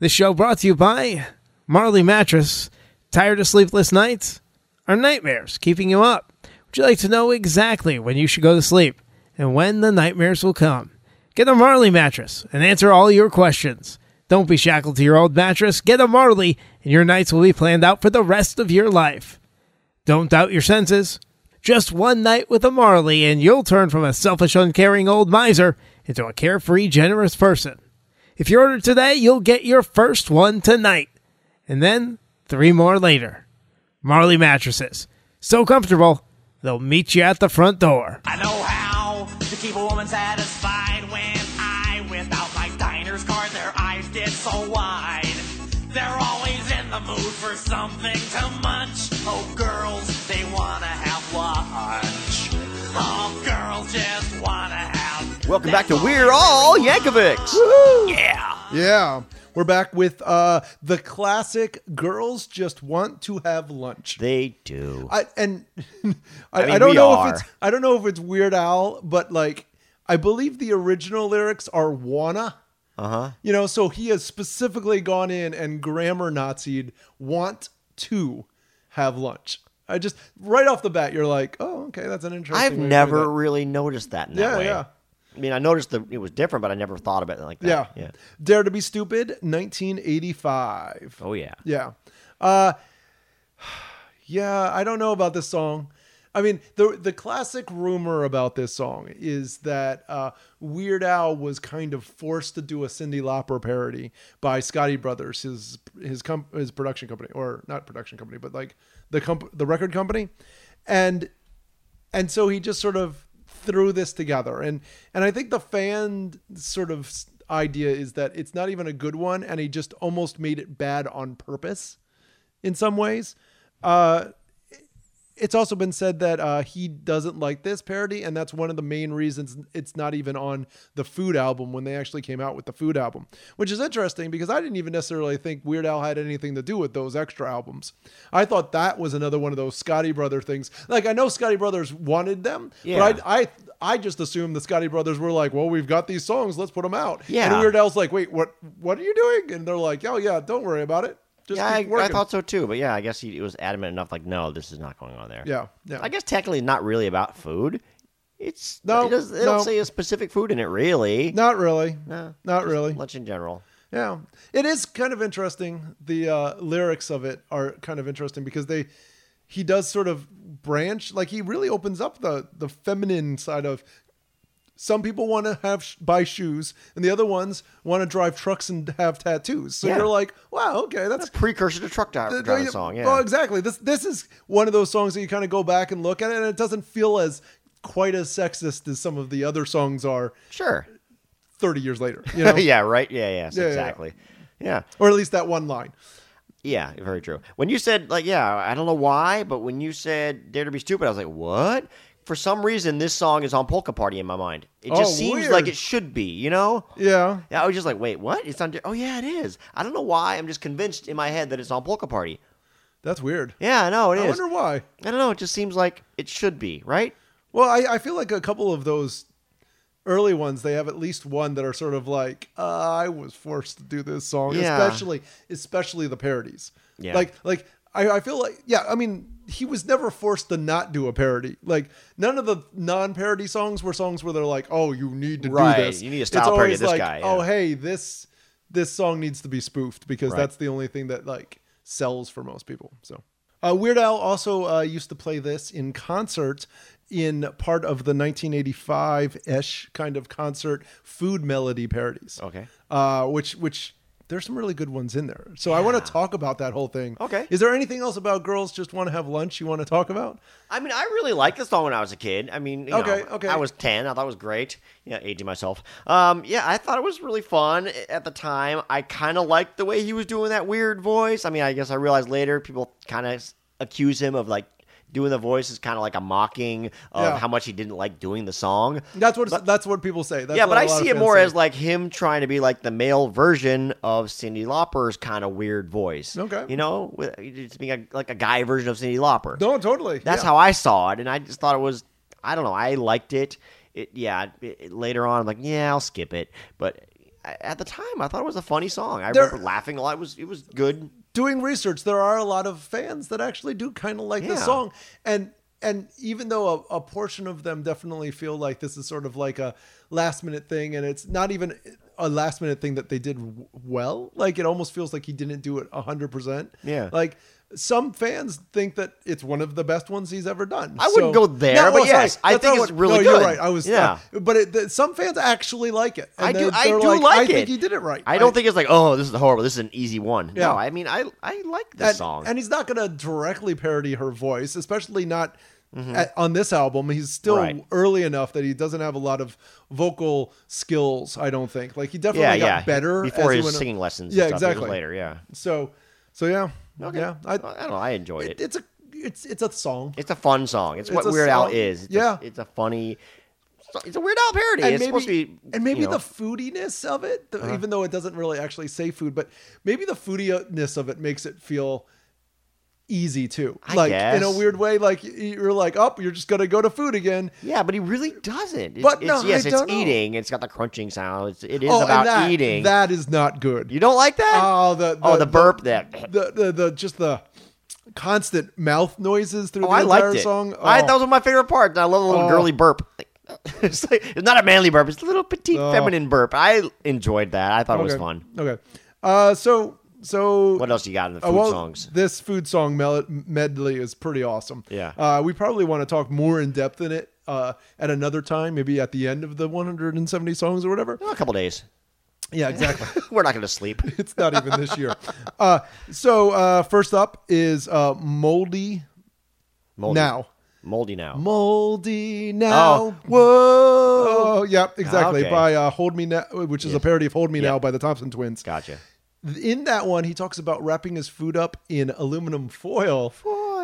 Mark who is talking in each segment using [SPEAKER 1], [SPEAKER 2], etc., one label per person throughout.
[SPEAKER 1] This show brought to you by Marley Mattress. Tired of sleepless nights? Are nightmares keeping you up? Would you like to know exactly when you should go to sleep and when the nightmares will come? Get a Marley mattress and answer all your questions. Don't be shackled to your old mattress. Get a Marley, and your nights will be planned out for the rest of your life. Don't doubt your senses. Just one night with a Marley, and you'll turn from a selfish, uncaring old miser into a carefree, generous person. If you order today, you'll get your first one tonight, and then three more later. Marley mattresses. So comfortable, they'll meet you at the front door.
[SPEAKER 2] I know how to keep a woman satisfied when I, without my diner's card, their eyes get so wide. They're always in the mood for something to munch. Oh, girls, they wanna have lunch. Oh, girls just wanna have.
[SPEAKER 3] Welcome back to We're All Yankovics.
[SPEAKER 2] Yeah.
[SPEAKER 4] Yeah. We're back with uh, the classic girls just want to have lunch.
[SPEAKER 3] They do.
[SPEAKER 4] I and I, I,
[SPEAKER 3] mean,
[SPEAKER 4] don't
[SPEAKER 3] we
[SPEAKER 4] know
[SPEAKER 3] are.
[SPEAKER 4] if it's I don't know if it's Weird Al, but like I believe the original lyrics are wanna. Uh-huh. You know, so he has specifically gone in and grammar Nazied want to have lunch. I just right off the bat you're like, oh, okay, that's an interesting.
[SPEAKER 3] I've
[SPEAKER 4] way to do
[SPEAKER 3] never
[SPEAKER 4] that.
[SPEAKER 3] really noticed that in that
[SPEAKER 4] Yeah,
[SPEAKER 3] way.
[SPEAKER 4] yeah.
[SPEAKER 3] I mean, I noticed that it was different, but I never thought about it like
[SPEAKER 4] Yeah.
[SPEAKER 3] that. Yeah.
[SPEAKER 4] Dare to be stupid, 1985.
[SPEAKER 3] Oh, yeah.
[SPEAKER 4] Yeah. Uh Yeah, I don't know about this song. I mean, the the classic rumor about this song is that uh, Weird Al was kind of forced to do a Cindy Lauper parody by Scotty Brothers, his his com- his production company, or not production company, but like the comp- the record company, and and so he just sort of threw this together and and i think the fan sort of s- idea is that it's not even a good one and he just almost made it bad on purpose in some ways uh it's also been said that uh, he doesn't like this parody, and that's one of the main reasons it's not even on the Food album when they actually came out with the Food album, which is interesting because I didn't even necessarily think Weird Al had anything to do with those extra albums. I thought that was another one of those Scotty Brother things. Like I know Scotty Brothers wanted them,
[SPEAKER 3] Yeah.
[SPEAKER 4] but I, I I just assumed the Scotty Brothers were like, well, we've got these songs, let's put them out.
[SPEAKER 3] Yeah.
[SPEAKER 4] And Weird Al's like, wait, what? What are you doing? And they're like, oh yeah, don't worry about it. Just
[SPEAKER 3] Yeah, I,
[SPEAKER 4] keep
[SPEAKER 3] I
[SPEAKER 4] working.
[SPEAKER 3] thought so too. But yeah, I guess he it was adamant enough, like, no, this is not going on there.
[SPEAKER 4] Yeah, yeah.
[SPEAKER 3] I guess technically not really about food. It's
[SPEAKER 4] No,
[SPEAKER 3] it does, they
[SPEAKER 4] no.
[SPEAKER 3] don't say a specific food in it, really.
[SPEAKER 4] Not really.
[SPEAKER 3] No,
[SPEAKER 4] Not
[SPEAKER 3] just
[SPEAKER 4] really.
[SPEAKER 3] Lunch in general.
[SPEAKER 4] Yeah, it is kind of interesting. The uh, lyrics of it are kind of interesting because they he does sort of branch like he really opens up the the feminine side of some people want to have sh- buy shoes and the other ones want to drive trucks and have tattoos. So
[SPEAKER 3] Yeah.
[SPEAKER 4] you're like, wow, okay, that's
[SPEAKER 3] Precursor to truck dri-
[SPEAKER 4] th-
[SPEAKER 3] driving
[SPEAKER 4] th-
[SPEAKER 3] song. Yeah.
[SPEAKER 4] Well, exactly. This this is one of those songs that you kind of go back and look at it and it doesn't feel as quite as sexist as some of the other songs are
[SPEAKER 3] Sure.
[SPEAKER 4] 30 years later, you know?
[SPEAKER 3] yeah. Right. Yeah. Yes.
[SPEAKER 4] Yeah, yeah, yeah.
[SPEAKER 3] exactly. yeah.
[SPEAKER 4] Or at least that one line.
[SPEAKER 3] Yeah, very true. When you said like, yeah, I don't know why, but when you said "Dare to Be Stupid," I was like, what? For some reason, this song is on Polka Party in my mind. It just
[SPEAKER 4] Oh,
[SPEAKER 3] seems
[SPEAKER 4] weird.
[SPEAKER 3] like it should be, you know?
[SPEAKER 4] Yeah.
[SPEAKER 3] Yeah, I was just like, wait, what? It's on. Dare- Oh yeah, it is. I don't know why. I'm just convinced in my head that it's on Polka Party.
[SPEAKER 4] That's weird.
[SPEAKER 3] Yeah, I know it is.
[SPEAKER 4] I wonder why.
[SPEAKER 3] I don't know. It just seems like it should be, right?
[SPEAKER 4] Well, I, I feel like a couple of those early ones, they have at least one that are sort of like, uh, I was forced to do this song,
[SPEAKER 3] Yeah.
[SPEAKER 4] especially especially the parodies.
[SPEAKER 3] Yeah.
[SPEAKER 4] Like like I, I feel like yeah, I mean, he was never forced to not do a parody. Like none of the non-parody songs were songs where they're like, "Oh, you need to
[SPEAKER 3] Right,
[SPEAKER 4] do this."
[SPEAKER 3] you need to
[SPEAKER 4] It's
[SPEAKER 3] style parody
[SPEAKER 4] always
[SPEAKER 3] this
[SPEAKER 4] like,
[SPEAKER 3] guy, yeah.
[SPEAKER 4] "Oh, hey, this this song needs to be spoofed because
[SPEAKER 3] Right.
[SPEAKER 4] that's the only thing that like sells for most people. So uh, Weird Al also uh, used to play this in concert in part of the 1985-ish kind of concert food melody parodies.
[SPEAKER 3] Okay.
[SPEAKER 4] uh, which which. There's some really good ones in there. So I want to talk about that whole thing.
[SPEAKER 3] Okay.
[SPEAKER 4] Is there anything else about girls just want to have lunch you want to talk about?
[SPEAKER 3] I mean, I really liked this song when I was a kid. I mean, you
[SPEAKER 4] Okay,
[SPEAKER 3] know,
[SPEAKER 4] okay.
[SPEAKER 3] I was ten. I thought it was great. Yeah, aging myself. Um, yeah, I thought it was really fun at the time. I kind of liked the way he was doing that weird voice. I mean, I guess I realized later people kind of accuse him of like doing the voice is kind of like a mocking of
[SPEAKER 4] Yeah.
[SPEAKER 3] how much he didn't like doing the song.
[SPEAKER 4] That's what that's what people say. That's
[SPEAKER 3] yeah,
[SPEAKER 4] what
[SPEAKER 3] but
[SPEAKER 4] a
[SPEAKER 3] I
[SPEAKER 4] lot of
[SPEAKER 3] see it
[SPEAKER 4] fans
[SPEAKER 3] more
[SPEAKER 4] say.
[SPEAKER 3] as like him trying to be like the male version of Cindy Lauper's kind of weird voice.
[SPEAKER 4] Okay.
[SPEAKER 3] you know, with- just being a, like a guy version of Cindy Lauper.
[SPEAKER 4] no, totally.
[SPEAKER 3] That's
[SPEAKER 4] Yeah.
[SPEAKER 3] how I saw it, and I just thought it was. I don't know. I liked it. It yeah. It, it- later on, I'm like, yeah, I'll skip it. But at the time, I thought it was a funny song. I
[SPEAKER 4] There-
[SPEAKER 3] remember laughing a lot. It was it was good.
[SPEAKER 4] doing research, there are a lot of fans that actually do kind of like the
[SPEAKER 3] Yeah.
[SPEAKER 4] song, and and even though a, a portion of them definitely feel like this is sort of like a last minute thing, and it's not even a last minute thing that they did w- well. Like it almost feels like he didn't do it hundred percent.
[SPEAKER 3] Yeah.
[SPEAKER 4] like. Some fans think that it's one of the best ones he's ever done.
[SPEAKER 3] I wouldn't go there, but
[SPEAKER 4] sorry.
[SPEAKER 3] yes, I
[SPEAKER 4] That's
[SPEAKER 3] think
[SPEAKER 4] not
[SPEAKER 3] it's really
[SPEAKER 4] no, You're
[SPEAKER 3] good.
[SPEAKER 4] right. I was,
[SPEAKER 3] Yeah.
[SPEAKER 4] uh, but it, th- some fans actually like it. And
[SPEAKER 3] I do.
[SPEAKER 4] they're-
[SPEAKER 3] I
[SPEAKER 4] they're
[SPEAKER 3] do
[SPEAKER 4] like,
[SPEAKER 3] like,
[SPEAKER 4] I
[SPEAKER 3] it.
[SPEAKER 4] think he did it right.
[SPEAKER 3] I don't
[SPEAKER 4] Like,
[SPEAKER 3] think it's like, oh, this is horrible. This is an easy one.
[SPEAKER 4] Yeah.
[SPEAKER 3] No, I mean, I I like this
[SPEAKER 4] and,
[SPEAKER 3] song.
[SPEAKER 4] and he's not going to directly parody her voice, especially not at- on this album. He's still
[SPEAKER 3] Mm-hmm. Right.
[SPEAKER 4] early enough that he doesn't have a lot of vocal skills. I don't think. Like he definitely
[SPEAKER 3] yeah,
[SPEAKER 4] got
[SPEAKER 3] yeah.
[SPEAKER 4] better
[SPEAKER 3] before
[SPEAKER 4] as he
[SPEAKER 3] his
[SPEAKER 4] went-
[SPEAKER 3] singing lessons.
[SPEAKER 4] Yeah,
[SPEAKER 3] and stuff. It was
[SPEAKER 4] exactly.
[SPEAKER 3] Later, yeah.
[SPEAKER 4] So, so yeah, yeah. I,
[SPEAKER 3] I, don't know. I enjoyed it.
[SPEAKER 4] it, it's a it's it's a song.
[SPEAKER 3] It's a fun song. It's, what
[SPEAKER 4] It's a
[SPEAKER 3] Weird Al
[SPEAKER 4] song.
[SPEAKER 3] is. It's
[SPEAKER 4] Yeah.
[SPEAKER 3] a, it's a funny. It's a Weird Al parody.
[SPEAKER 4] and
[SPEAKER 3] it's
[SPEAKER 4] maybe,
[SPEAKER 3] supposed to be.
[SPEAKER 4] and maybe
[SPEAKER 3] you know, Uh-huh.
[SPEAKER 4] the foodiness of it, the, even though it doesn't really actually say food, but maybe the foodiness of it makes it feel easy too.
[SPEAKER 3] I
[SPEAKER 4] like in a
[SPEAKER 3] guess.
[SPEAKER 4] weird way, like y- you're like, oh, you're just gonna go to food again.
[SPEAKER 3] yeah, but he really doesn't. It's,
[SPEAKER 4] But
[SPEAKER 3] it's,
[SPEAKER 4] no,
[SPEAKER 3] yes,
[SPEAKER 4] I
[SPEAKER 3] it's
[SPEAKER 4] don't know.
[SPEAKER 3] eating. It's got the crunching sound. It's, it is
[SPEAKER 4] oh, and
[SPEAKER 3] about
[SPEAKER 4] that-
[SPEAKER 3] eating.
[SPEAKER 4] That is not good.
[SPEAKER 3] you don't like that?
[SPEAKER 4] oh, the, the
[SPEAKER 3] oh, the burp. That.
[SPEAKER 4] the, the the just the constant mouth noises through
[SPEAKER 3] Oh,
[SPEAKER 4] the
[SPEAKER 3] I
[SPEAKER 4] entire
[SPEAKER 3] liked it.
[SPEAKER 4] song.
[SPEAKER 3] I
[SPEAKER 4] Oh.
[SPEAKER 3] that was one of my favorite parts. I love the little
[SPEAKER 4] Oh.
[SPEAKER 3] girly burp. it's like it's not a manly burp. It's a little petite
[SPEAKER 4] Oh.
[SPEAKER 3] feminine burp. I enjoyed that. I thought it was
[SPEAKER 4] Okay.
[SPEAKER 3] fun.
[SPEAKER 4] Okay, uh, so so
[SPEAKER 3] What else you got in the food
[SPEAKER 4] Uh, well,
[SPEAKER 3] songs?
[SPEAKER 4] This food song mel- medley is pretty awesome.
[SPEAKER 3] Yeah.
[SPEAKER 4] Uh, we probably want to talk more in depth in it uh, at another time, maybe at the end of the 170 songs or whatever.
[SPEAKER 3] Well, Oh, a couple days.
[SPEAKER 4] Yeah, exactly.
[SPEAKER 3] We're not going to sleep.
[SPEAKER 4] it's not even this year. Uh, so uh, first up is uh, Moldy
[SPEAKER 3] Moldy.
[SPEAKER 4] Now.
[SPEAKER 3] Moldy now.
[SPEAKER 4] Moldy Now.
[SPEAKER 3] oh, whoa!
[SPEAKER 4] Oh, yeah, exactly.
[SPEAKER 3] Okay.
[SPEAKER 4] By uh, Hold Me Now, which is a parody of Hold Me
[SPEAKER 3] Yeah.
[SPEAKER 4] Now by the Thompson Twins.
[SPEAKER 3] Gotcha.
[SPEAKER 4] in that one, he talks about wrapping his food up in aluminum foil,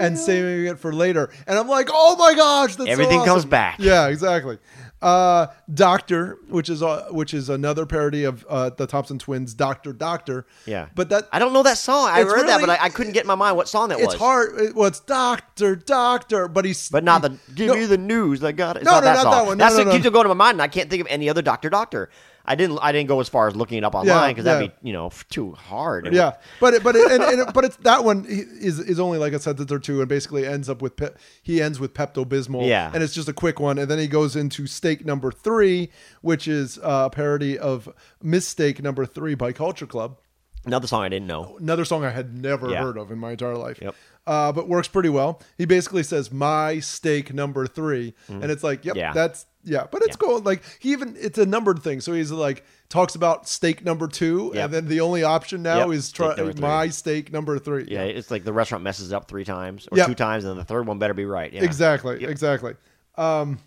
[SPEAKER 4] and saving it for later. And I'm like, oh my gosh, that's so
[SPEAKER 3] Everything comes
[SPEAKER 4] awesome."
[SPEAKER 3] back.
[SPEAKER 4] Yeah, exactly. Uh, Doctor, which is uh, which is another parody of uh, the Thompson Twins, Doctor Doctor.
[SPEAKER 3] Yeah,
[SPEAKER 4] but that
[SPEAKER 3] I don't know that song. I heard
[SPEAKER 4] It's
[SPEAKER 3] that, but
[SPEAKER 4] really-
[SPEAKER 3] I, I couldn't get in my mind what song that
[SPEAKER 4] it's
[SPEAKER 3] was.
[SPEAKER 4] hard. it- well, it's Doctor Doctor, but he's
[SPEAKER 3] But not the give
[SPEAKER 4] Mm. No.
[SPEAKER 3] me the news. I got it. It's
[SPEAKER 4] No,
[SPEAKER 3] not
[SPEAKER 4] no,
[SPEAKER 3] that
[SPEAKER 4] not
[SPEAKER 3] song.
[SPEAKER 4] that one. No,
[SPEAKER 3] That's
[SPEAKER 4] no,
[SPEAKER 3] what
[SPEAKER 4] no.
[SPEAKER 3] keeps it going to my mind. And I can't think of any other Doctor Doctor. I didn't. I didn't go as far as looking it up online because that'd
[SPEAKER 4] yeah.
[SPEAKER 3] be you know f- too hard. It
[SPEAKER 4] Yeah, but it, but it, and, and it- but it's that one is is only like a sentence or two, and basically ends up with pe- he ends with Pepto Bismol.
[SPEAKER 3] Yeah.
[SPEAKER 4] and it's just a quick one, and then he goes into Steak Number Three, which is uh, a parody of Mistake Number Three by Culture Club.
[SPEAKER 3] Another song I didn't know.
[SPEAKER 4] Another song I had never
[SPEAKER 3] Yeah.
[SPEAKER 4] heard of in my entire life.
[SPEAKER 3] Yep.
[SPEAKER 4] Uh, but works pretty well. He basically says my steak number 3 and it's like, yep,
[SPEAKER 3] Mm-hmm. Yeah.
[SPEAKER 4] that's yeah, but it's cool. Like he even it's a numbered thing, so he's like talks about steak number two,
[SPEAKER 3] Yep.
[SPEAKER 4] and then the only option now
[SPEAKER 3] Yep,
[SPEAKER 4] is
[SPEAKER 3] steak
[SPEAKER 4] try
[SPEAKER 3] number three.
[SPEAKER 4] my steak number three.
[SPEAKER 3] Yeah, it's like the restaurant messes up three times or
[SPEAKER 4] Yeah.
[SPEAKER 3] two times, and the third one better be right. Yeah.
[SPEAKER 4] exactly, exactly. Um,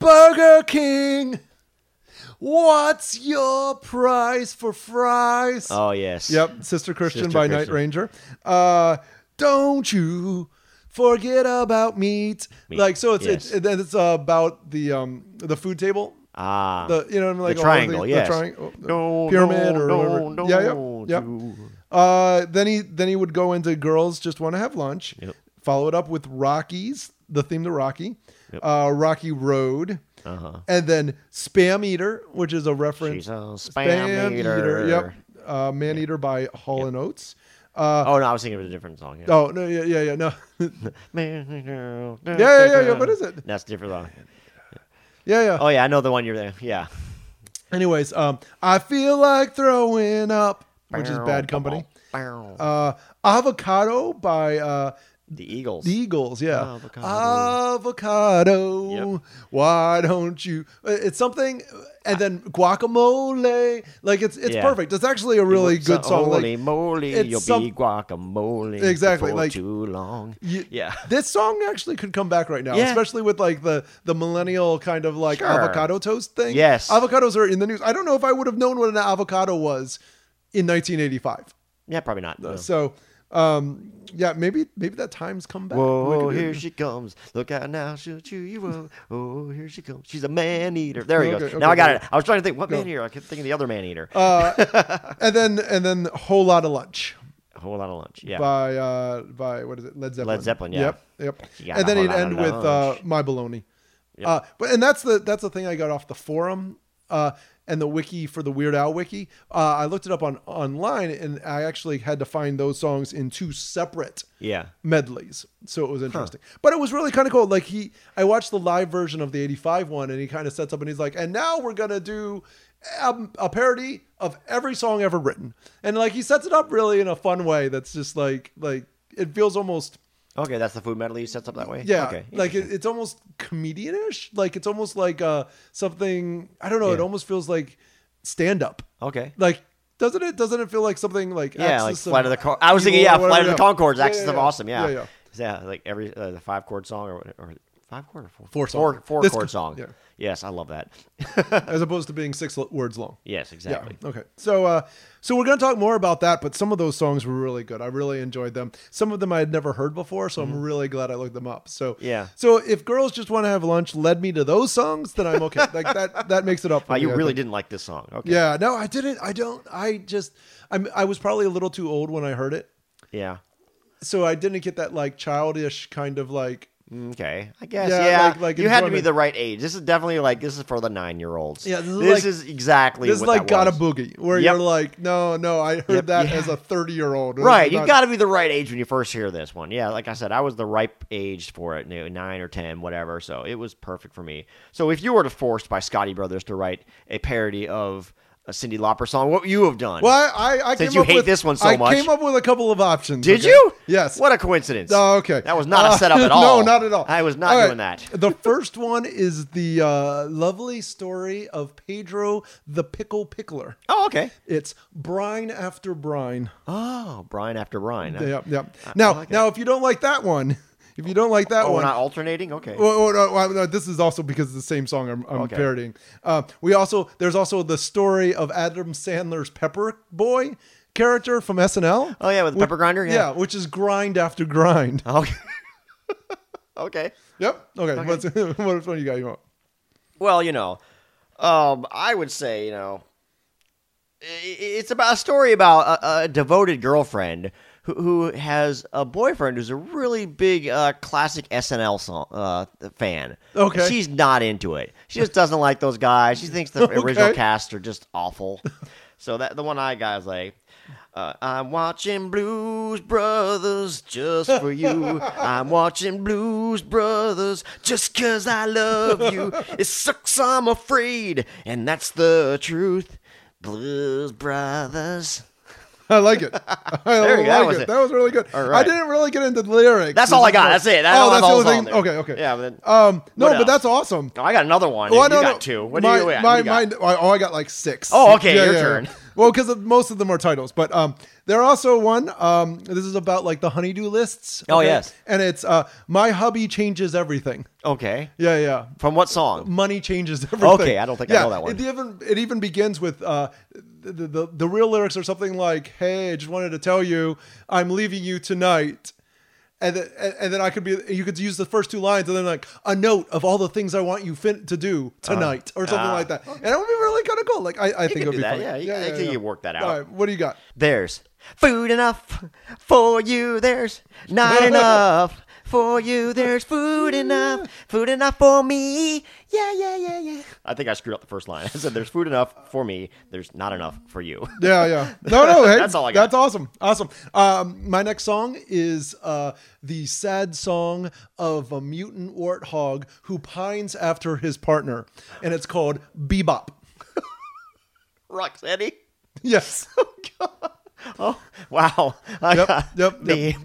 [SPEAKER 4] Burger King, what's your price for fries?
[SPEAKER 3] Oh yes.
[SPEAKER 4] Yep, Sister Christian
[SPEAKER 3] Sister
[SPEAKER 4] by Night
[SPEAKER 3] Christian.
[SPEAKER 4] Ranger. Uh, don't you forget about meat?
[SPEAKER 3] Meat,
[SPEAKER 4] Like so, it's
[SPEAKER 3] yes.
[SPEAKER 4] it's then it's about the um the food table.
[SPEAKER 3] Ah.
[SPEAKER 4] The you know what I'm like
[SPEAKER 3] the
[SPEAKER 4] all
[SPEAKER 3] triangle.
[SPEAKER 4] the,
[SPEAKER 3] yes.
[SPEAKER 4] the triangle,
[SPEAKER 3] No,
[SPEAKER 4] pyramid
[SPEAKER 3] no,
[SPEAKER 4] or whatever.
[SPEAKER 3] no,
[SPEAKER 4] yeah,
[SPEAKER 3] no,
[SPEAKER 4] yeah, yeah.
[SPEAKER 3] dude.
[SPEAKER 4] Uh, then he then he would go into girls just want to have lunch.
[SPEAKER 3] Yep.
[SPEAKER 4] Follow it up with Rockies, the theme to Rocky, uh, Rocky Road,
[SPEAKER 3] Uh-huh.
[SPEAKER 4] and then Spam Eater, which is a reference.
[SPEAKER 3] She's a spam eater.
[SPEAKER 4] Yep. Uh, Man Eater by Hall and Oates. Uh,
[SPEAKER 3] Oh no, I was thinking of a different song. Yeah.
[SPEAKER 4] oh no, yeah, yeah, yeah, no, yeah,
[SPEAKER 3] Man eater.
[SPEAKER 4] yeah, yeah, yeah. What is it?
[SPEAKER 3] That's a different song.
[SPEAKER 4] Yeah, yeah.
[SPEAKER 3] Oh yeah, I know the one you're there. Yeah.
[SPEAKER 4] Uh, Anyways, um, I feel like throwing up, which is Bad Company.
[SPEAKER 3] Bow.
[SPEAKER 4] Uh, Avocado by uh,
[SPEAKER 3] the Eagles.
[SPEAKER 4] the Eagles. Yeah,
[SPEAKER 3] Avocado.
[SPEAKER 4] Avocado,
[SPEAKER 3] Yep.
[SPEAKER 4] Why don't you? uh, It's something, and then guacamole. Like it's it's
[SPEAKER 3] Yeah.
[SPEAKER 4] perfect. It's actually a really good song.
[SPEAKER 3] Holy
[SPEAKER 4] Like,
[SPEAKER 3] moly,
[SPEAKER 4] it's
[SPEAKER 3] you'll
[SPEAKER 4] some-
[SPEAKER 3] be guacamole.
[SPEAKER 4] Exactly,
[SPEAKER 3] For
[SPEAKER 4] like-
[SPEAKER 3] too long.
[SPEAKER 4] you-
[SPEAKER 3] yeah.
[SPEAKER 4] this song actually could come back right now,
[SPEAKER 3] Yeah.
[SPEAKER 4] especially with like the the millennial kind of like
[SPEAKER 3] Sure.
[SPEAKER 4] avocado toast thing.
[SPEAKER 3] Yes.
[SPEAKER 4] avocados are in the news. I don't know if I would have known what an avocado was in 1985.
[SPEAKER 3] Yeah, probably not. no.
[SPEAKER 4] So, um, yeah, maybe maybe that time's come back. We
[SPEAKER 3] Whoa,
[SPEAKER 4] could-
[SPEAKER 3] here she comes. Look out now, she'll chew you up. Oh, here she comes. She's a man eater. There you go.
[SPEAKER 4] Okay,
[SPEAKER 3] now
[SPEAKER 4] okay,
[SPEAKER 3] I got
[SPEAKER 4] go.
[SPEAKER 3] it. I was trying to think what
[SPEAKER 4] Go.
[SPEAKER 3] man eater. I kept thinking the other man eater.
[SPEAKER 4] uh, and then and then whole lot of lunch
[SPEAKER 3] a whole lot of lunch. Yeah.
[SPEAKER 4] by uh, by what is it Led Zeppelin?
[SPEAKER 3] Zeppelin, yeah.
[SPEAKER 4] Yep. Yep.
[SPEAKER 3] You got
[SPEAKER 4] And then
[SPEAKER 3] a
[SPEAKER 4] he'd
[SPEAKER 3] whole
[SPEAKER 4] end
[SPEAKER 3] lot
[SPEAKER 4] with
[SPEAKER 3] of
[SPEAKER 4] uh,
[SPEAKER 3] lunch.
[SPEAKER 4] my baloney. Uh, but and that's the that's the thing I got off the forum. Uh, and the wiki for the Weird Al wiki. Uh, I looked it up on online, and I actually had to find those songs in two separate
[SPEAKER 3] Yeah.
[SPEAKER 4] medleys. So it was interesting. But it was really kind of cool. Like he I watched the live version of the 85 one and he kind of sets up and he's like, "And now we're going to do um, a parody of every song ever written." And like he sets it up really in a fun way that's just like like it feels almost
[SPEAKER 3] Okay, that's the food medley you sets up that way.
[SPEAKER 4] yeah,
[SPEAKER 3] Okay.
[SPEAKER 4] like it, it's almost comedianish. Like it's almost like uh something I don't know, it
[SPEAKER 3] Yeah.
[SPEAKER 4] almost feels like stand up.
[SPEAKER 3] Okay.
[SPEAKER 4] Like doesn't it doesn't it feel like something like
[SPEAKER 3] Yeah, like
[SPEAKER 4] Axis
[SPEAKER 3] Flight of the Con- I was thinking,
[SPEAKER 4] Evil or
[SPEAKER 3] yeah, Flight of
[SPEAKER 4] whatever,
[SPEAKER 3] the
[SPEAKER 4] yeah.
[SPEAKER 3] Concords,
[SPEAKER 4] Yeah,
[SPEAKER 3] Axis
[SPEAKER 4] yeah,
[SPEAKER 3] of
[SPEAKER 4] yeah.
[SPEAKER 3] Awesome, yeah.
[SPEAKER 4] Yeah, yeah.
[SPEAKER 3] like every uh, the five chord song or, what- or five chord or four
[SPEAKER 4] Four song.
[SPEAKER 3] four, four
[SPEAKER 4] This-
[SPEAKER 3] chord song.
[SPEAKER 4] yeah.
[SPEAKER 3] Yes, I love that.
[SPEAKER 4] as opposed to being six lo- words long.
[SPEAKER 3] yes, exactly.
[SPEAKER 4] Yeah. Okay. So, uh, so we're going to talk more about that, but some of those songs were really good. I really enjoyed them. Some of them I had never heard before, so I'm really glad I looked them up. So,
[SPEAKER 3] Mm-hmm. Yeah.
[SPEAKER 4] So if girls just want to have lunch led me to those songs, then I'm okay. like that. That makes it up. For
[SPEAKER 3] Wow, you
[SPEAKER 4] me, I
[SPEAKER 3] really
[SPEAKER 4] think.
[SPEAKER 3] didn't like this song. Okay.
[SPEAKER 4] Yeah. No, I didn't. I don't. I just. I'm. I was probably a little too old when I heard it,
[SPEAKER 3] Yeah.
[SPEAKER 4] so I didn't get that like childish kind of like.
[SPEAKER 3] Mm, Okay, I guess.
[SPEAKER 4] Yeah,
[SPEAKER 3] Yeah,
[SPEAKER 4] like- like
[SPEAKER 3] you had to be
[SPEAKER 4] enjoyment.
[SPEAKER 3] the right age. This is definitely like this is for the nine-year-olds.
[SPEAKER 4] Yeah, this is like-
[SPEAKER 3] is exactly
[SPEAKER 4] This is
[SPEAKER 3] what
[SPEAKER 4] like
[SPEAKER 3] that
[SPEAKER 4] got a
[SPEAKER 3] was.
[SPEAKER 4] boogie, where
[SPEAKER 3] Yep.
[SPEAKER 4] you're like, no, no, I heard
[SPEAKER 3] Yep,
[SPEAKER 4] that
[SPEAKER 3] yeah.
[SPEAKER 4] as a 30 year old.
[SPEAKER 3] Right, you got to be the right age when you first hear this one. Yeah, like I said, I was the ripe age for it, you know, nine or ten, whatever. So it was perfect for me. So if you were to forced by Scotty Brothers to write a parody of a Cindy Lauper song, what would you have done?
[SPEAKER 4] Well, I, I, I
[SPEAKER 3] Since
[SPEAKER 4] came
[SPEAKER 3] you
[SPEAKER 4] up
[SPEAKER 3] hate
[SPEAKER 4] with,
[SPEAKER 3] this one so
[SPEAKER 4] I
[SPEAKER 3] much.
[SPEAKER 4] came up with a couple of options.
[SPEAKER 3] Did
[SPEAKER 4] okay?
[SPEAKER 3] you?
[SPEAKER 4] Yes.
[SPEAKER 3] What a coincidence.
[SPEAKER 4] Oh, okay.
[SPEAKER 3] That was not
[SPEAKER 4] Uh,
[SPEAKER 3] a setup at all.
[SPEAKER 4] No, not at all.
[SPEAKER 3] I was not
[SPEAKER 4] All right.
[SPEAKER 3] doing that.
[SPEAKER 4] the first one is the uh, lovely story of Pedro the Pickle Pickler.
[SPEAKER 3] Oh, okay.
[SPEAKER 4] It's brine after brine.
[SPEAKER 3] Oh, Brian after Brian. huh?
[SPEAKER 4] Yep, yep. Now,
[SPEAKER 3] like it.
[SPEAKER 4] now, if you don't like that one, if you don't like that
[SPEAKER 3] Oh,
[SPEAKER 4] one.
[SPEAKER 3] we're not alternating. Okay.
[SPEAKER 4] Well, well, no, well, no, this is also because it's the same song I'm, I'm
[SPEAKER 3] Okay.
[SPEAKER 4] parodying. Uh, we also there's also the story of Adam Sandler's Pepper Boy character from SNL.
[SPEAKER 3] Oh, yeah, with the
[SPEAKER 4] Wh-
[SPEAKER 3] pepper grinder, yeah.
[SPEAKER 4] which is grind after grind.
[SPEAKER 3] okay. okay.
[SPEAKER 4] Yep. Okay. What's, what one you got? You want?
[SPEAKER 3] Well, you know, um, I would say, you know, i- i- it's about a story about a, a devoted girlfriend who, who has a boyfriend who's a really big uh, classic SNL song, uh, fan.
[SPEAKER 4] Okay.
[SPEAKER 3] And she's not into it. She just doesn't like those guys. She thinks the original
[SPEAKER 4] Okay.
[SPEAKER 3] cast are just awful. so that the one I got is like. Uh, I'm watching Blues Brothers just for you. I'm watching Blues Brothers just 'cause I love you. It sucks, I'm afraid, and that's the truth. Blues Brothers.
[SPEAKER 4] I like it. I
[SPEAKER 3] There you go,
[SPEAKER 4] like
[SPEAKER 3] that was
[SPEAKER 4] it.
[SPEAKER 3] it.
[SPEAKER 4] That was really good.
[SPEAKER 3] All
[SPEAKER 4] I
[SPEAKER 3] right.
[SPEAKER 4] didn't really get into the lyrics.
[SPEAKER 3] That's all I got. That's it. That's
[SPEAKER 4] oh,
[SPEAKER 3] all- that's
[SPEAKER 4] that's the
[SPEAKER 3] all
[SPEAKER 4] only thing.
[SPEAKER 3] that's on
[SPEAKER 4] Okay.
[SPEAKER 3] there.
[SPEAKER 4] Okay.
[SPEAKER 3] Yeah, but then-
[SPEAKER 4] um. No,
[SPEAKER 3] What
[SPEAKER 4] but
[SPEAKER 3] else?
[SPEAKER 4] that's awesome.
[SPEAKER 3] Oh, I got another one.
[SPEAKER 4] Well,
[SPEAKER 3] and
[SPEAKER 4] no,
[SPEAKER 3] you
[SPEAKER 4] no.
[SPEAKER 3] got two. What
[SPEAKER 4] my,
[SPEAKER 3] do you, yeah,
[SPEAKER 4] my,
[SPEAKER 3] you got?
[SPEAKER 4] mine- oh, I got like six.
[SPEAKER 3] Oh, okay, your turn.
[SPEAKER 4] Well, because most of them are titles, but um, there are also one. Um, this is about like the honeydew lists.
[SPEAKER 3] Oh, yes.
[SPEAKER 4] and it's uh, my hubby changes everything.
[SPEAKER 3] Okay.
[SPEAKER 4] Yeah, yeah.
[SPEAKER 3] From what song?
[SPEAKER 4] Money changes everything.
[SPEAKER 3] Okay, I don't think I know that one.
[SPEAKER 4] It even it even begins with uh, the, the the real lyrics are something like, "Hey, I just wanted to tell you, I'm leaving you tonight." And, then and, and then I could be, you could use the first two lines, and then like a note of all the things I want you fin- to do tonight, or something
[SPEAKER 3] Ah.
[SPEAKER 4] like that. And it would be really kind of cool. Like I, I think
[SPEAKER 3] could
[SPEAKER 4] it would
[SPEAKER 3] do
[SPEAKER 4] be
[SPEAKER 3] that,
[SPEAKER 4] funny.
[SPEAKER 3] yeah, you- I think you could work that out.
[SPEAKER 4] All right, what do you got?
[SPEAKER 3] There's food enough for you. There's not enough for you. There's food enough. Food enough for me. Yeah, yeah, yeah, yeah. I think I screwed up the first line. I said there's food enough for me. There's not enough for you.
[SPEAKER 4] Yeah, yeah. No, no. Hey,
[SPEAKER 3] That's all I got.
[SPEAKER 4] That's awesome. Awesome. Um, my next song is uh, the sad song of a mutant warthog who pines after his partner, and it's called Bebop.
[SPEAKER 3] Roxanne.
[SPEAKER 4] Yes.
[SPEAKER 3] Oh, wow. I
[SPEAKER 4] Yep,
[SPEAKER 3] got
[SPEAKER 4] yep,
[SPEAKER 3] the-
[SPEAKER 4] yep.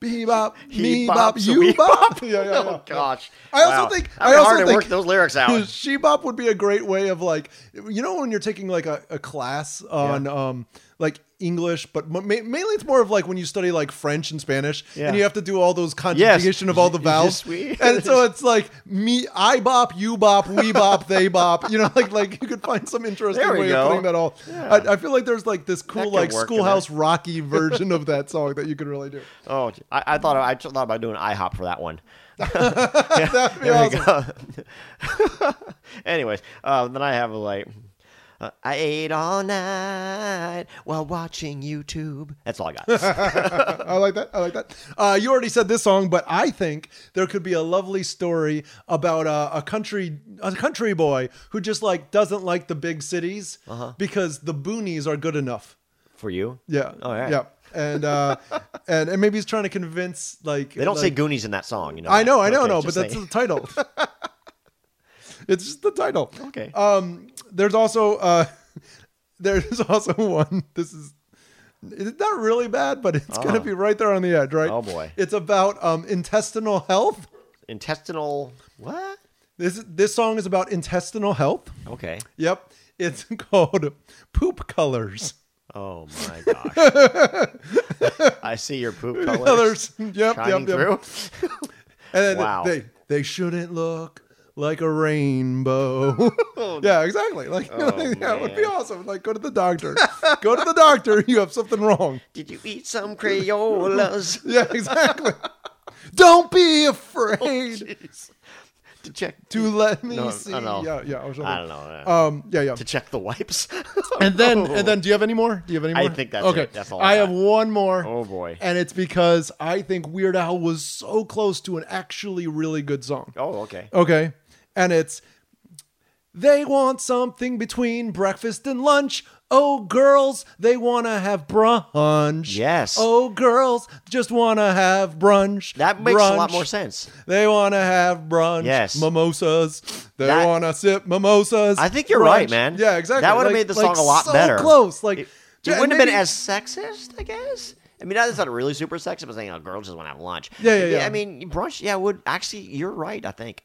[SPEAKER 4] Bebop, me
[SPEAKER 3] He
[SPEAKER 4] bop,
[SPEAKER 3] bops,
[SPEAKER 4] you
[SPEAKER 3] we
[SPEAKER 4] bop.
[SPEAKER 3] bop.
[SPEAKER 4] Yeah, yeah, yeah.
[SPEAKER 3] Oh gosh.
[SPEAKER 4] I also
[SPEAKER 3] Wow.
[SPEAKER 4] think
[SPEAKER 3] That'd
[SPEAKER 4] I
[SPEAKER 3] be
[SPEAKER 4] also
[SPEAKER 3] hard to
[SPEAKER 4] think
[SPEAKER 3] work those lyrish out.
[SPEAKER 4] Shebop would be a great way of like you know when you're taking like a, a class on um like English, but ma- ma- mainly it's more of like when you study like French and Spanish,
[SPEAKER 3] Yeah.
[SPEAKER 4] and you have to do all those conjugation of all the
[SPEAKER 3] Je- je
[SPEAKER 4] vowels,
[SPEAKER 3] suis.
[SPEAKER 4] and so it's like me, I bop, you bop, we bop, they bop. You know, like like you could find some interesting
[SPEAKER 3] There we
[SPEAKER 4] way
[SPEAKER 3] go.
[SPEAKER 4] of putting that all. I, I feel like there's like this cool
[SPEAKER 3] could
[SPEAKER 4] like
[SPEAKER 3] work in
[SPEAKER 4] schoolhouse rocky version of that song that you could really do.
[SPEAKER 3] Oh, I, I thought I thought about doing IHOP for that one.
[SPEAKER 4] That'd be
[SPEAKER 3] There
[SPEAKER 4] awesome.
[SPEAKER 3] you go. Anyways, uh, then I have like, Uh, I ate all night while watching YouTube. That's all I got.
[SPEAKER 4] I like that. I like that. Uh, you already said this song, but I think there could be a lovely story about uh, a country a country boy who just like doesn't like the big cities
[SPEAKER 3] Uh-huh.
[SPEAKER 4] because the boonies are good enough.
[SPEAKER 3] For you?
[SPEAKER 4] Yeah.
[SPEAKER 3] All right.
[SPEAKER 4] Yeah. And uh, and and maybe he's trying to convince like
[SPEAKER 3] They don't say
[SPEAKER 4] like-
[SPEAKER 3] Goonies in that song, you know.
[SPEAKER 4] I
[SPEAKER 3] that.
[SPEAKER 4] know, I know,
[SPEAKER 3] Okay,
[SPEAKER 4] no, but
[SPEAKER 3] just
[SPEAKER 4] that's the
[SPEAKER 3] saying.
[SPEAKER 4] title. it's just the title.
[SPEAKER 3] okay.
[SPEAKER 4] Um, there's also uh, there's also one. This is it's not really bad, but it's gonna be right there on the edge, right?
[SPEAKER 3] Oh, boy.
[SPEAKER 4] It's about um, intestinal health.
[SPEAKER 3] Intestinal. What?
[SPEAKER 4] This this song is about intestinal health.
[SPEAKER 3] Okay.
[SPEAKER 4] Yep, it's called poop colors.
[SPEAKER 3] Oh my gosh. I see your poop colors.
[SPEAKER 4] Colors. Yep, yep,
[SPEAKER 3] shining
[SPEAKER 4] yep.
[SPEAKER 3] through.
[SPEAKER 4] And then
[SPEAKER 3] Wow.
[SPEAKER 4] they they shouldn't look like a rainbow. yeah, exactly. Like, yeah, it would be
[SPEAKER 3] Oh, man.
[SPEAKER 4] awesome. Like, go to the doctor. go to the doctor. You have something wrong.
[SPEAKER 3] Did you eat some Crayolas?
[SPEAKER 4] Yeah, exactly. Don't be afraid
[SPEAKER 3] Jeez. To check.
[SPEAKER 4] to let me
[SPEAKER 3] Oh, No, I
[SPEAKER 4] see.
[SPEAKER 3] don't know.
[SPEAKER 4] Yeah, yeah. or something.
[SPEAKER 3] I don't know.
[SPEAKER 4] Um, yeah, yeah.
[SPEAKER 3] to check the wipes.
[SPEAKER 4] And then,
[SPEAKER 3] Oh.
[SPEAKER 4] and then, do you have any more? Do you have any
[SPEAKER 3] I
[SPEAKER 4] more?
[SPEAKER 3] think that's
[SPEAKER 4] okay.
[SPEAKER 3] it. That's all
[SPEAKER 4] I
[SPEAKER 3] I got.
[SPEAKER 4] have one more.
[SPEAKER 3] Oh, boy.
[SPEAKER 4] And it's because I think Weird Al was so close to an actually really good song.
[SPEAKER 3] Oh, okay.
[SPEAKER 4] Okay. And it's they want something between breakfast and lunch. Oh, girls, they want to have brunch.
[SPEAKER 3] Yes.
[SPEAKER 4] Oh, girls just want to have brunch.
[SPEAKER 3] That makes a lot
[SPEAKER 4] Brunch.
[SPEAKER 3] more sense.
[SPEAKER 4] They want to have brunch.
[SPEAKER 3] Yes.
[SPEAKER 4] Mimosas. They
[SPEAKER 3] That-
[SPEAKER 4] want to sip mimosas.
[SPEAKER 3] I think you're
[SPEAKER 4] Brunch.
[SPEAKER 3] right, man.
[SPEAKER 4] Yeah, exactly.
[SPEAKER 3] That would have
[SPEAKER 4] Like-
[SPEAKER 3] made the
[SPEAKER 4] like
[SPEAKER 3] song a lot
[SPEAKER 4] so
[SPEAKER 3] better.
[SPEAKER 4] close. Like,
[SPEAKER 3] it, it
[SPEAKER 4] yeah,
[SPEAKER 3] wouldn't have
[SPEAKER 4] maybe-
[SPEAKER 3] been as sexist, I guess. I mean, that's not really super sexist, but saying, "Oh, girls just want to have lunch."
[SPEAKER 4] Yeah, yeah, yeah.
[SPEAKER 3] I mean, brunch. Yeah, would actually, you're right. I think.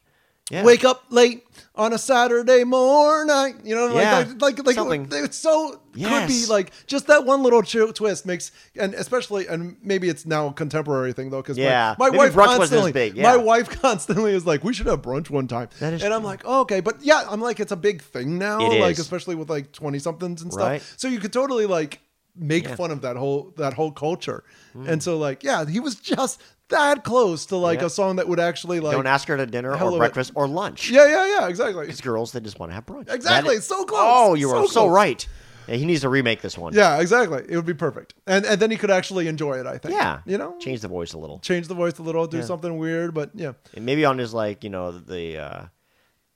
[SPEAKER 3] Yeah.
[SPEAKER 4] Wake up late on a Saturday morning. You know, like,
[SPEAKER 3] Yeah,
[SPEAKER 4] that- like, like,
[SPEAKER 3] something.
[SPEAKER 4] it's so could be
[SPEAKER 3] Yes.
[SPEAKER 4] like just that one little ch- twist makes, and especially, and maybe it's now a contemporary thing though, because
[SPEAKER 3] Yeah,
[SPEAKER 4] my,
[SPEAKER 3] maybe
[SPEAKER 4] wife
[SPEAKER 3] brunch wasn't as
[SPEAKER 4] constantly,
[SPEAKER 3] big,
[SPEAKER 4] my
[SPEAKER 3] yeah.
[SPEAKER 4] wife constantly is like, we should have brunch one time,
[SPEAKER 3] That is
[SPEAKER 4] and I'm
[SPEAKER 3] true.
[SPEAKER 4] like, oh, okay, but yeah, I'm like, it's a big thing now,
[SPEAKER 3] It
[SPEAKER 4] like
[SPEAKER 3] is.
[SPEAKER 4] especially with like twenty somethings and
[SPEAKER 3] Right.
[SPEAKER 4] stuff, so you could totally like make
[SPEAKER 3] Yeah. Mm.
[SPEAKER 4] fun of that whole that whole culture, and so like, yeah, he was just that close to like
[SPEAKER 3] Yeah.
[SPEAKER 4] a song that would actually like
[SPEAKER 3] Don't ask her to dinner
[SPEAKER 4] hell of
[SPEAKER 3] or
[SPEAKER 4] it.
[SPEAKER 3] breakfast or lunch.
[SPEAKER 4] yeah, yeah, yeah, exactly.
[SPEAKER 3] It's girls that just want to have brunch. That
[SPEAKER 4] Exactly,
[SPEAKER 3] is-
[SPEAKER 4] so close,
[SPEAKER 3] Oh, you
[SPEAKER 4] so
[SPEAKER 3] are so
[SPEAKER 4] close.
[SPEAKER 3] right. Yeah, he needs to remake this one.
[SPEAKER 4] Yeah, exactly. It would be perfect, and and then he could actually enjoy it. I think.
[SPEAKER 3] Yeah.
[SPEAKER 4] you know, change,
[SPEAKER 3] Change the voice a little.
[SPEAKER 4] the voice a little, do something weird, but yeah,
[SPEAKER 3] And maybe on his like you know the uh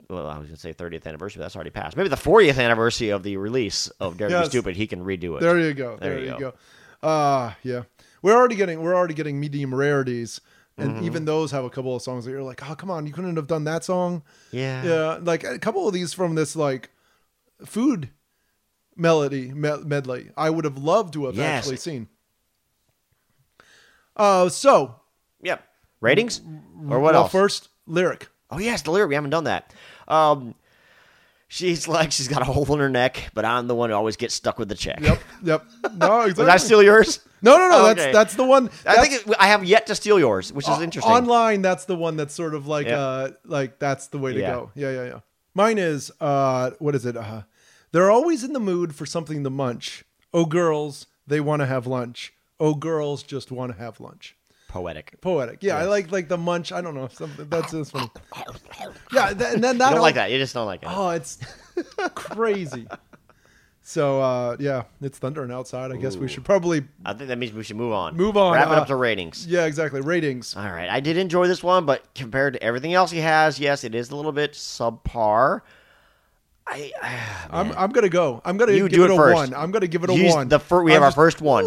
[SPEAKER 3] well i was gonna say 30th anniversary but that's already passed maybe the 40th anniversary of the release of dare to
[SPEAKER 4] Yes.
[SPEAKER 3] be stupid he can redo it
[SPEAKER 4] there you go, there,
[SPEAKER 3] There
[SPEAKER 4] you
[SPEAKER 3] you
[SPEAKER 4] go. Ah, yeah. We're already getting we're already getting medium rarities, and
[SPEAKER 3] Mm-hmm.
[SPEAKER 4] even those have a couple of songs that you're like, oh come on, you couldn't have done that song.
[SPEAKER 3] yeah
[SPEAKER 4] Yeah, like a couple of these from this like food melody me- medley. I would have loved to have
[SPEAKER 3] Yes.
[SPEAKER 4] actually seen. Uh, so
[SPEAKER 3] Yep. ratings or what
[SPEAKER 4] well,
[SPEAKER 3] else
[SPEAKER 4] First lyric.
[SPEAKER 3] oh yes the lyric we haven't done that um she's like she's got a hole in her neck but i'm the one who always gets stuck with the check
[SPEAKER 4] Yep, yep. No, exactly.
[SPEAKER 3] did i steal yours
[SPEAKER 4] No, no, no. That's
[SPEAKER 3] Oh, Okay.
[SPEAKER 4] that's the one.
[SPEAKER 3] i
[SPEAKER 4] that's- Uh,
[SPEAKER 3] think it, i have yet to steal yours which is interesting
[SPEAKER 4] online. That's the one that's sort of like
[SPEAKER 3] Yeah.
[SPEAKER 4] uh like that's the way to
[SPEAKER 3] Yeah.
[SPEAKER 4] go. Yeah, yeah, yeah. Mine is uh what is it? Uh, they're always in the mood for something to munch. Oh, girls, they want to have lunch. Oh, girls just want to have lunch.
[SPEAKER 3] poetic
[SPEAKER 4] Poetic. Yeah, I like like the munch. I don't know something. That's this one. Yeah, th- and then that
[SPEAKER 3] I don't
[SPEAKER 4] whole-
[SPEAKER 3] like that. You just don't like it.
[SPEAKER 4] Oh, it's crazy. So uh yeah, it's thundering outside. I guess we should probably
[SPEAKER 3] I think that means we should move on.
[SPEAKER 4] Move on,
[SPEAKER 3] Wrap it
[SPEAKER 4] uh,
[SPEAKER 3] up to ratings. Ah,
[SPEAKER 4] yeah exactly ratings.
[SPEAKER 3] All right, I did enjoy this one, but compared to everything else he has, yes, it is a little bit subpar. I, I
[SPEAKER 4] I'm, I'm gonna go. I'm gonna
[SPEAKER 3] You
[SPEAKER 4] give
[SPEAKER 3] do
[SPEAKER 4] it,
[SPEAKER 3] it
[SPEAKER 4] a
[SPEAKER 3] first.
[SPEAKER 4] one. I'm gonna give it a
[SPEAKER 3] Use
[SPEAKER 4] one.
[SPEAKER 3] the fir- we have our first one.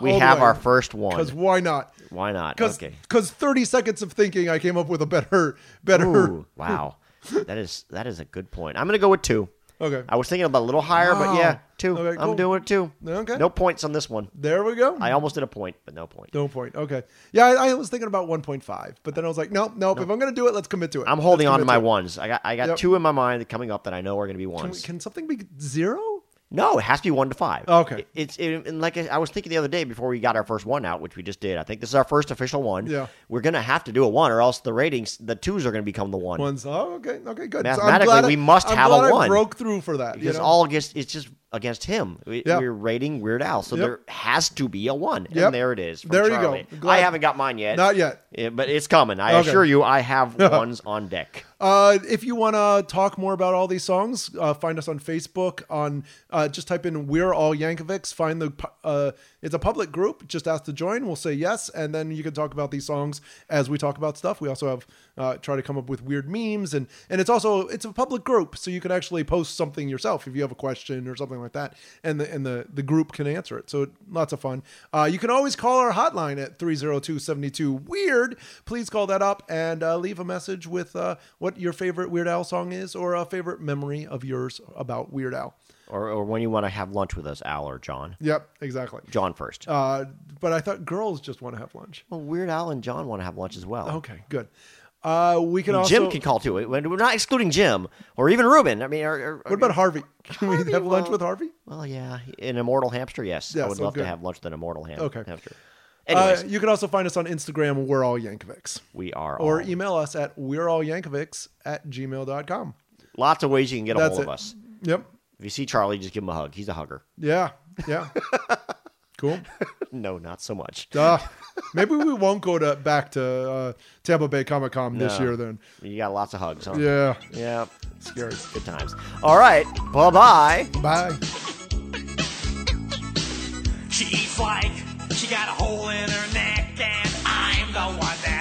[SPEAKER 3] we have our first
[SPEAKER 4] Because
[SPEAKER 3] one.
[SPEAKER 4] why not?
[SPEAKER 3] Why not?
[SPEAKER 4] Because
[SPEAKER 3] Okay.
[SPEAKER 4] thirty seconds of thinking, I came up with a better better.
[SPEAKER 3] Ooh, wow, that is that is a good point. I'm gonna go with two.
[SPEAKER 4] Okay.
[SPEAKER 3] I was thinking about a little higher,
[SPEAKER 4] Wow.
[SPEAKER 3] but yeah, two.
[SPEAKER 4] Okay, cool.
[SPEAKER 3] I'm doing it two.
[SPEAKER 4] Okay.
[SPEAKER 3] No points on this one.
[SPEAKER 4] There we go.
[SPEAKER 3] I almost did a point, but no point.
[SPEAKER 4] no point. Okay. Yeah, I, I was thinking about 1.5, but then I was like, nope, nope. If I'm gonna do it, let's commit to it.
[SPEAKER 3] I'm holding
[SPEAKER 4] Let's
[SPEAKER 3] on to my
[SPEAKER 4] commit it.
[SPEAKER 3] ones. I got I got
[SPEAKER 4] Yep.
[SPEAKER 3] two in my mind coming up that I know are gonna be
[SPEAKER 4] Can,
[SPEAKER 3] ones.
[SPEAKER 4] we- can something be zero?
[SPEAKER 3] No, it has to be one to five.
[SPEAKER 4] Okay.
[SPEAKER 3] It- It's it, and like I, I was thinking the other day before we got our first one out, which we just did. I think this is our first official one.
[SPEAKER 4] Yeah.
[SPEAKER 3] We're gonna have to do a one, or else the ratings, the twos are gonna become the one.
[SPEAKER 4] Ones. Oh, okay. Okay. Good.
[SPEAKER 3] Mathematically,
[SPEAKER 4] so I'm glad
[SPEAKER 3] we must
[SPEAKER 4] I, I'm
[SPEAKER 3] have
[SPEAKER 4] glad
[SPEAKER 3] a
[SPEAKER 4] I
[SPEAKER 3] one.
[SPEAKER 4] broke through for that.
[SPEAKER 3] because
[SPEAKER 4] you know?
[SPEAKER 3] all against it's just against him. We,
[SPEAKER 4] Yeah.
[SPEAKER 3] We're rating Weird Al, so
[SPEAKER 4] Yep.
[SPEAKER 3] there has to be a one.
[SPEAKER 4] Yep.
[SPEAKER 3] And there it is. from
[SPEAKER 4] There you go.
[SPEAKER 3] Charlie.
[SPEAKER 4] Glad-
[SPEAKER 3] I haven't got mine yet.
[SPEAKER 4] Not yet.
[SPEAKER 3] Yeah, but it's coming. I
[SPEAKER 4] Okay.
[SPEAKER 3] assure you, I have ones on deck.
[SPEAKER 4] Uh, if you want to talk more about all these songs, uh, find us on Facebook. On uh, just type in "We're All Yankovics." Find the pu- uh, it's a public group. Just ask to join. We'll say yes, and then you can talk about these songs as we talk about stuff. We also have uh, try to come up with weird memes, and and it's also it's a public group, so you can actually post something yourself if you have a question or something like that, and the and the the group can answer it. So lots of fun. Uh, you can always call our hotline at 302-72 weird. Please call that up and uh, leave a message with uh, what your favorite Weird Al song is or a favorite memory of yours about Weird Al.
[SPEAKER 3] Or, or when you want to have lunch with us, Al or John.
[SPEAKER 4] Yep, exactly.
[SPEAKER 3] John first.
[SPEAKER 4] Uh, but I thought girls just want to have lunch.
[SPEAKER 3] well, Weird Al and John want to have lunch as well.
[SPEAKER 4] Okay, good. Uh, we can also
[SPEAKER 3] Jim can call too. We're not excluding Jim or even Ruben. I mean, or, or-
[SPEAKER 4] What about Harvey? Can we
[SPEAKER 3] Harvey
[SPEAKER 4] have lunch
[SPEAKER 3] will-
[SPEAKER 4] with Harvey?
[SPEAKER 3] Well, yeah, an immortal hamster. Yes,
[SPEAKER 4] Yes,
[SPEAKER 3] I would love
[SPEAKER 4] okay.
[SPEAKER 3] to have lunch with an immortal ham-
[SPEAKER 4] Okay.
[SPEAKER 3] hamster.
[SPEAKER 4] Uh,
[SPEAKER 3] Anyways,
[SPEAKER 4] you can also find us on Instagram. We're all Yankovics.
[SPEAKER 3] we are
[SPEAKER 4] Or e-
[SPEAKER 3] all-
[SPEAKER 4] email us at we're all Yankovics at gmail.com.
[SPEAKER 3] lots of ways you can get a
[SPEAKER 4] That's
[SPEAKER 3] hold of
[SPEAKER 4] it.
[SPEAKER 3] us.
[SPEAKER 4] Yep.
[SPEAKER 3] If you see Charlie, just give him a hug. He's a hugger.
[SPEAKER 4] Yeah. Yeah. cool.
[SPEAKER 3] No, not so much.
[SPEAKER 4] Uh, maybe we won't go to back to uh, Tampa Bay Comic Con this
[SPEAKER 3] No.
[SPEAKER 4] year then.
[SPEAKER 3] You got lots of hugs, huh?
[SPEAKER 4] Yeah.
[SPEAKER 3] Yeah.
[SPEAKER 4] Scary.
[SPEAKER 3] Good times. All right. Bye bye.
[SPEAKER 4] Bye.
[SPEAKER 2] She eats like she got a hole in her neck, and I'm the one that